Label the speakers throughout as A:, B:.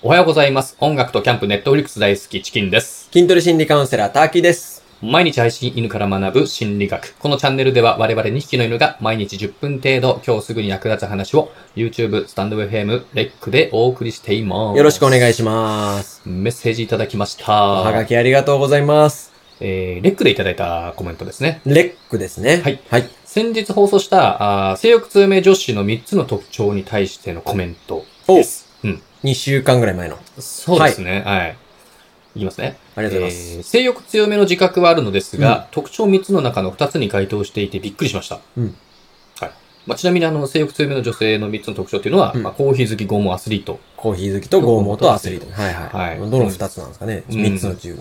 A: おはようございます。音楽とキャンプ、ネットフリックス大好き、チキンです。
B: 筋トレ心理カウンセラー、ターキーです。
A: 毎日配信犬から学ぶ心理学。このチャンネルでは我々2匹の犬が毎日10分程度、今日すぐに役立つ話を YouTube、スタンド FM、レックでお送りしています。
B: よろしくお願い
A: し
B: します。
A: ます。メッセージいただきました。
B: おはがきありがとうございます。
A: えー、レックでいただいたコメントですね。
B: レックですね。
A: はい。
B: はい。
A: 先日放送した、あー性欲通名女子の3つの特徴に対してのコメントです。うん。
B: 2週間ぐらい前の。
A: そうですね。はい。いきますね。
B: ありがとうございます。
A: えー性欲強めの自覚はあるのですが、特徴3つの中の2つに該当していてびっくりしました。
B: うん
A: はいまあ、ちなみにあの性欲強めの女性の3つの特徴というのは、
B: うん
A: まあ、コーヒー好き、ゴム、アスリート。
B: コーヒー好きと剛毛とアスリート。はいはい。
A: はい
B: どの2つなんですかね。
A: うん
B: 3つの中に。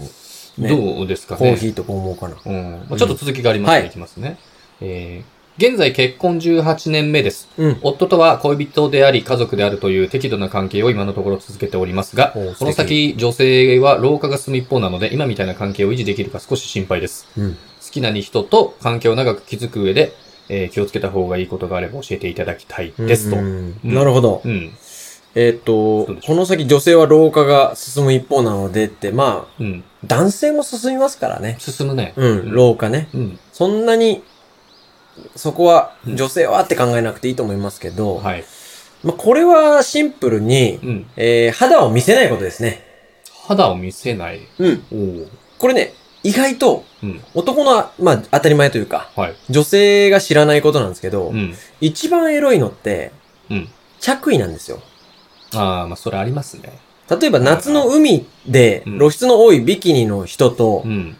B: ね
A: どうですかね。
B: コーヒーと剛毛かな。
A: うんまあ、ちょっと続きがありますので、
B: はい
A: いきますね。えー現在結婚18年目です。
B: うん。
A: 夫とは恋人であり家族であるという適度な関係を今のところ続けておりますが
B: おー、
A: この先女性は老化が進む一方なので、今みたいな関係を維持できるか少し心配です。
B: うん。
A: 好きな人と関係を長く築く上で、えー気をつけた方がいいことがあれば教えていただきたいですと。
B: う
A: うん。
B: んなるほど。えーっと
A: そうで、しょ
B: この先女性は老化が進む一方なのでって、まあ、
A: うん。
B: 男性も進みますからね。
A: 進むね。
B: うん。老化ね。
A: うん。
B: そんなに、そこは、
A: うん
B: 女性はって考えなくていいと思いますけど、
A: はい。
B: まあ、これはシンプルに、
A: うん。
B: えー、肌を見せないことですね。
A: 肌を見せない。
B: うん。
A: おー
B: これね、意外と、
A: うん。
B: 男の、まあ、当たり前というか、
A: はい。
B: 女性が知らないことなんですけど、
A: うん。
B: 一番エロいのって、
A: うん。
B: 着衣なんですよ。
A: ああ、まあ、それありますね。
B: 例えば夏の海で
A: うん
B: 露出の多いビキニの人と、
A: うん。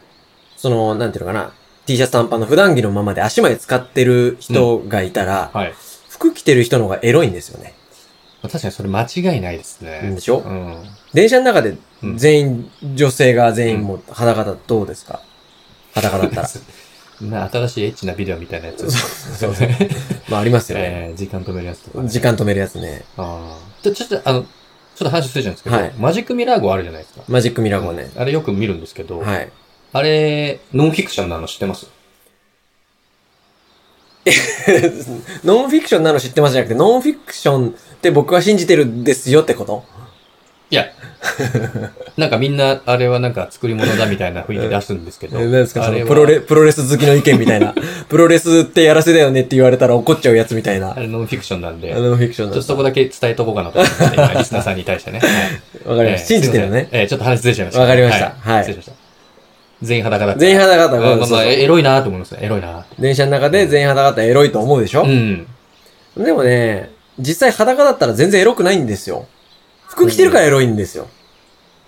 B: その、なんていうのかな、T シャツ短パンの普段着のままで足まで使ってる人がいたら、
A: はい。ま
B: 服着てる人の方がエロいんですよね。
A: あ確かにそれ間違いないです
B: うん
A: ね
B: で。しょ、
A: うん。
B: 電車の中で
A: うん
B: 全員、女性が全員もう裸だとどうですか裸だったら。
A: な新しいエッチなビデオみたいなやつ。
B: そうそうまあありますよね。
A: えー時間止めるやつとかね。
B: 時間止めるやつね。
A: ああ。でちょっと、あの、ちょっと話するじゃないですけど、
B: はい
A: マジックミラー号あるじゃないですか。
B: マジックミラー号ね。
A: あれよく見るんですけど、
B: はい。
A: あれ、ノンフィクションなの知ってます
B: ノンフィクションなの知ってますじゃなくて、ノンフィクションって僕は信じてるんですよってこと
A: いや、 なんかみんな、あれはなんか作り物だみたいな雰囲気出すんですけど、
B: え何ですか
A: あ
B: そ
A: れ
B: の
A: は
B: プロレ、プロレス好きの意見みたいな。プロレスってやらせだよねって言われたら怒っちゃうやつみたいな。
A: あ
B: ノ
A: れノンフィクションなんで、ちょ
B: ンフィクショ
A: っ
B: ンな
A: と
B: んだ
A: そこだけ伝えとこうかなと思って、今リスナーさんに対 してね。はい
B: わかりました。信じてるの
A: えーすいま
B: ね。
A: せんえーちょっと話ずれちゃいました。
B: わかりましたはい
A: 失礼しました。全員裸だった。
B: 全員
A: 裸
B: 裸だったら、
A: ま
B: そ
A: あ
B: う
A: まあ、
B: そう
A: エロいなと思いますね。エロいな
B: 電車の中で全員裸だったらエロいと思うでしょ
A: うん。
B: でもね、実際裸だったら全然エロくないんですよ。服着てるからエロいんですよ。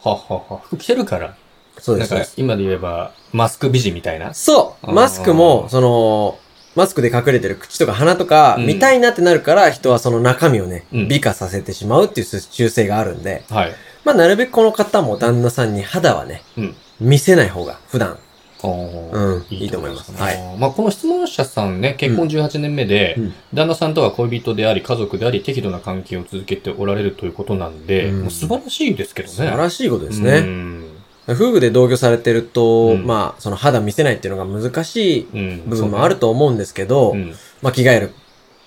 A: はっはっは。服着てるから。
B: そう
A: な
B: で
A: ん
B: す。そう
A: か
B: です、
A: 今で言えば、マスク美人みたいな。
B: そ
A: あー
B: うマスクも、その、マスクで隠れてる口とか鼻とか、
A: うん
B: 見たいなってなるから、人はその中身をね、
A: うん
B: 美化させてしまうっていう習性があるんで、
A: はい。
B: まあ、なるべくこの方も旦那さんに肌はね、
A: うん
B: 見せない方が、普段。
A: おー
B: うん、いいと思います。
A: ね
B: はい。。
A: まあ、この質問者さんね、結婚18年目で、
B: うん
A: 旦那さんとは恋人であり、家族であり、適度な関係を続けておられるということなんで、
B: うん
A: もう素晴らしいですけどね。
B: 素晴らしいことです
A: う
B: ね。
A: ん。
B: 夫婦で同居されてる
A: う
B: と、
A: ん
B: まあ、その肌見せないっていうのが難しい
A: うん
B: 部分もあると思うんですけ
A: そ
B: ど、
A: うねうん
B: まあ、着替える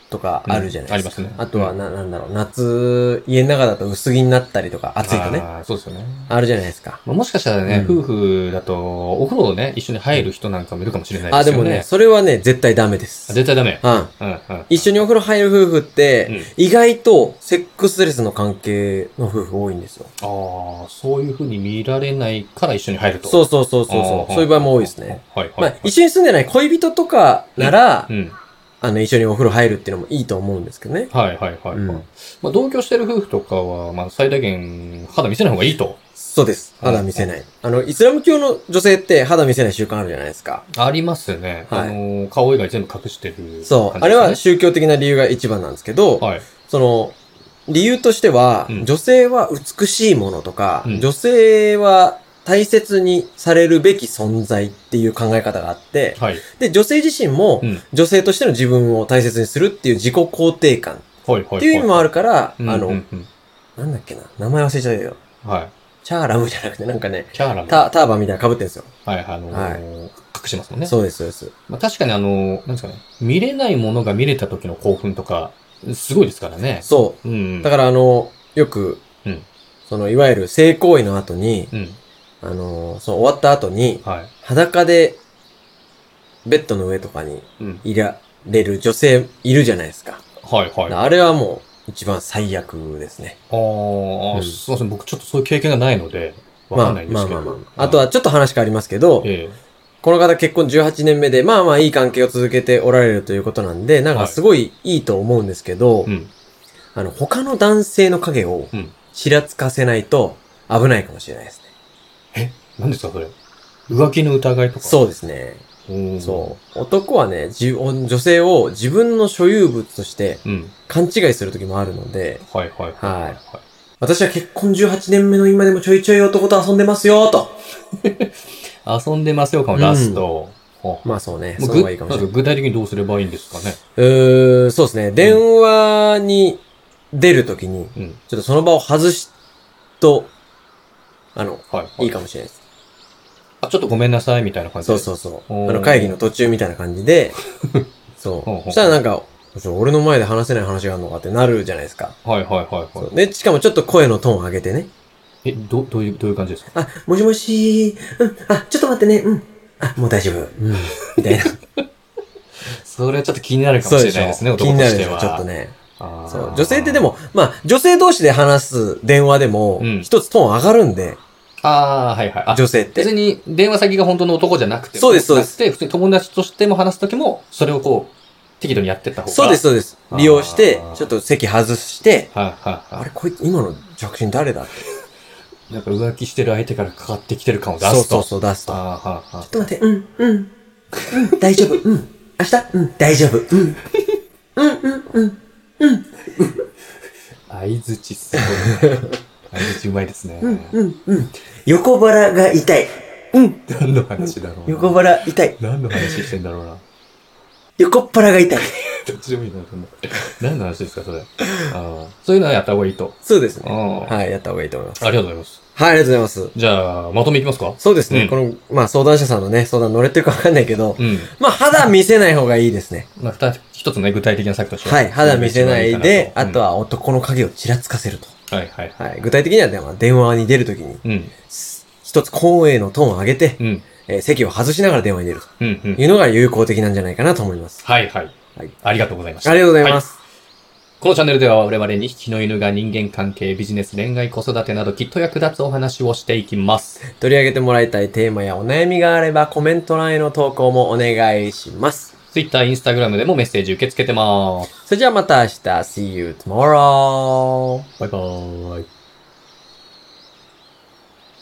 B: とかあるじゃないですか。
A: うんありますね
B: あとはな、なんだろう、夏、家の中だと薄着になったりとか、暑いとね、あ
A: あーそうですよね。
B: るじゃないですか。
A: まあもしかしたらね、
B: うん
A: 夫婦だと、お風呂をね、一緒に入る人なんかもいるかもしれない
B: あ、
A: です
B: で
A: よね。
B: もね、それはね、絶対ダメです。
A: 絶対ダメ。
B: うん。
A: うん、うん。
B: 一緒にお風呂入る夫婦って、
A: うん
B: 意外とセックスレスの関係の夫婦多いんですよ。
A: ああ、そういうふうに見られないから一緒に入ると。
B: そうそうそうそう
A: あ
B: そ
A: ー
B: う。そういう場合も多いですね。。
A: はいはい
B: ま
A: はい。
B: あ、一緒に住んでない恋人とかなら、
A: うん。
B: あの、一緒にお風呂入るっていうのもいいと思うんですけどね。
A: はいはいはいはい。
B: うん
A: まあ、同居してる夫婦とかは、まあ、最大限肌見せない方がいいと。
B: そうです。肌見せない。あの、イスラム教の女性って肌見せない習慣あるじゃないですか。
A: ありますね。
B: はい
A: あのー、顔以外全部隠してる、
B: そう。あれは、宗教的な理由が一番なんですけど、
A: はい。
B: その、理由としては、
A: うん
B: 女性は美しいものとか、
A: うん
B: 女性は大切にされるべき存在っていう考え方があって、
A: はい。
B: で、女性自身も、
A: うん。はい
B: 女性としての自分を大切にするっていう自己肯定感
A: はいはい。
B: っていう意味もあ
A: る。
B: るから、
A: うん、
B: あ
A: う
B: の、
A: んうん
B: なんだっけな、名前忘れちゃうよ。
A: は
B: チャーラムじゃなくて、なんかね
A: い。、キャラも。
B: タターバンみたいなの被ってるんですよ。
A: はい、あのー
B: はい
A: 隠してますもんね。
B: そうです、そうです。
A: まあ、確かにあのー、なんですかね。見れないものが見れた時の興奮とか、すごいですからね。。
B: そう
A: ん。
B: う。だからあの、よく
A: うん、
B: その、いわゆる性行為の後に、
A: うん。
B: あのーその終わった後に、
A: はい。
B: 裸で、ベッドの上とかに
A: うん。
B: いられる女性いるじゃないですか。
A: はいはい。あ
B: あれはもう、一番最悪ですね。
A: ー
B: う
A: あ、
B: ん
A: すいません。僕ちょっとそういう経験がないので、わかんないんですけど。
B: まあまあまあまあ。あとはちょっと話変わりますけど、
A: え
B: この方結婚18年目で、まあまあいい関係を続けておられるということなんで、なんかすごいいいと思うんですけど、
A: えうん。
B: あの、他の男性の影を
A: うん
B: ちらつかせないと危ないかもしれないですね。
A: 何ですか、それ。浮気の疑いとか。
B: そうですね。
A: う
B: そう。男はね、じ女性を自分の所有物として
A: う。うん。
B: 勘違いする時もあるので、
A: はいはいはいは
B: はいい。私は結婚18年目の今でもちょいちょい男と遊んでますよ、と。
A: 遊んでますよ感を出すと、はあ
B: まあそうね、
A: も
B: そうう
A: ぐ
B: がいいかもしれない。
A: 具体的にどうすればいいんですかね。
B: うーん、そうですね。電話に出るときに、
A: うん。
B: ちょっとその場を外しと、あの、
A: はい、はい
B: いいかもしれないです。
A: あ、ちょっとごめんなさいみたいな感じ
B: そう
A: で。
B: そううそう
A: お。ー
B: あの、会議の途中みたいな感 じで、そ
A: ほうほう
B: う。そしたらなんか、ちょ俺の前で話せない話があるのかってなるじゃないですか。
A: そう。はいはいはいはい。
B: で、しかもちょっと声のトーンを上げてね。
A: え、ど、どういう、どういう感じですか
B: あ、もしもしうん、あ、ちょっと待ってね、うん。あ、もう大丈夫。うん。みたいな。
A: それはちょっと気になるかも
B: う
A: しれないですね、
B: 気
A: 男
B: に
A: と
B: な
A: し
B: るで
A: て
B: しょ、
A: は。
B: ちょっとね。
A: あー
B: そう。女性ってで、も、まあ、女性同士で話す電話でも
A: うん、
B: 一つトーン上がるんで、
A: ああ、はいはい。あ
B: 女性って
A: 別。に電話先が本当の男じゃなくて、
B: そうですそうで
A: なく
B: す
A: て普通に友達としても話すときも、それをこう、適度にやってった方が。
B: そうです、。そうです。利用して
A: あー、
B: ちょっと席外して、
A: はいはい
B: あ
A: は
B: れ、こいつ、今の着信誰だって。
A: い。なんか浮気してる相手からかかってきてる感を出すと。
B: そうそうそう、出すと。ちょ
A: あーはーは
B: っと待って、うん、うん。うん、大丈夫、うん。明日、うん、大丈夫、うん。うん、うん、うん。
A: ー相づちすごいね。相づちうまいですね。
B: うん、うん。横腹が痛い。うん。
A: 何の話だろうな。
B: 横腹痛い。
A: 何の話してんだろうな。
B: 横っ腹が痛い。
A: どっちでもいいな、そんな。何の話ですか、それ。あーそういうのはやった方がいいと。
B: そうです
A: あ
B: ね。
A: ー
B: はい、やった方がいいと思います。
A: ありがとうございます。
B: はい、ありがとうございます。
A: じゃあ、まとめいきますか
B: そうですね、
A: うん
B: この、まあ、相談者さんのね、相談乗れてるかわかんないけど、
A: うん。
B: まあ、肌見せない方がいいですね。
A: まあ、二つ一つのね、具体的な策として
B: はい、肌見せないで、あと
A: は。
B: は男の影をちらつかせると。
A: うんはいはい。
B: はい、具体的には、ねまあ電話に出るときに、
A: うん。
B: す一つ声のトーンを上げて、
A: うん。
B: えー席を外しながら電話に出る
A: うん。う
B: とい
A: ん。
B: うのが有効的なんじゃないかなと思います。
A: はいはい。
B: はい。
A: ありがとうございました
B: あ。りがとうございます。
A: このチャンネルでは我々に匹の犬が人間関係、ビジネス、恋愛、子育てなどきっと役立つお話をしていきます。
B: 取り上げてもらいたいテーマやお悩みがあれば、コメント欄への投稿もお願いします。
A: Twitter、Instagram でもメッセージ受け付けてます。
B: それじゃあまた明日。See you tomorrow!
A: バイバーイ。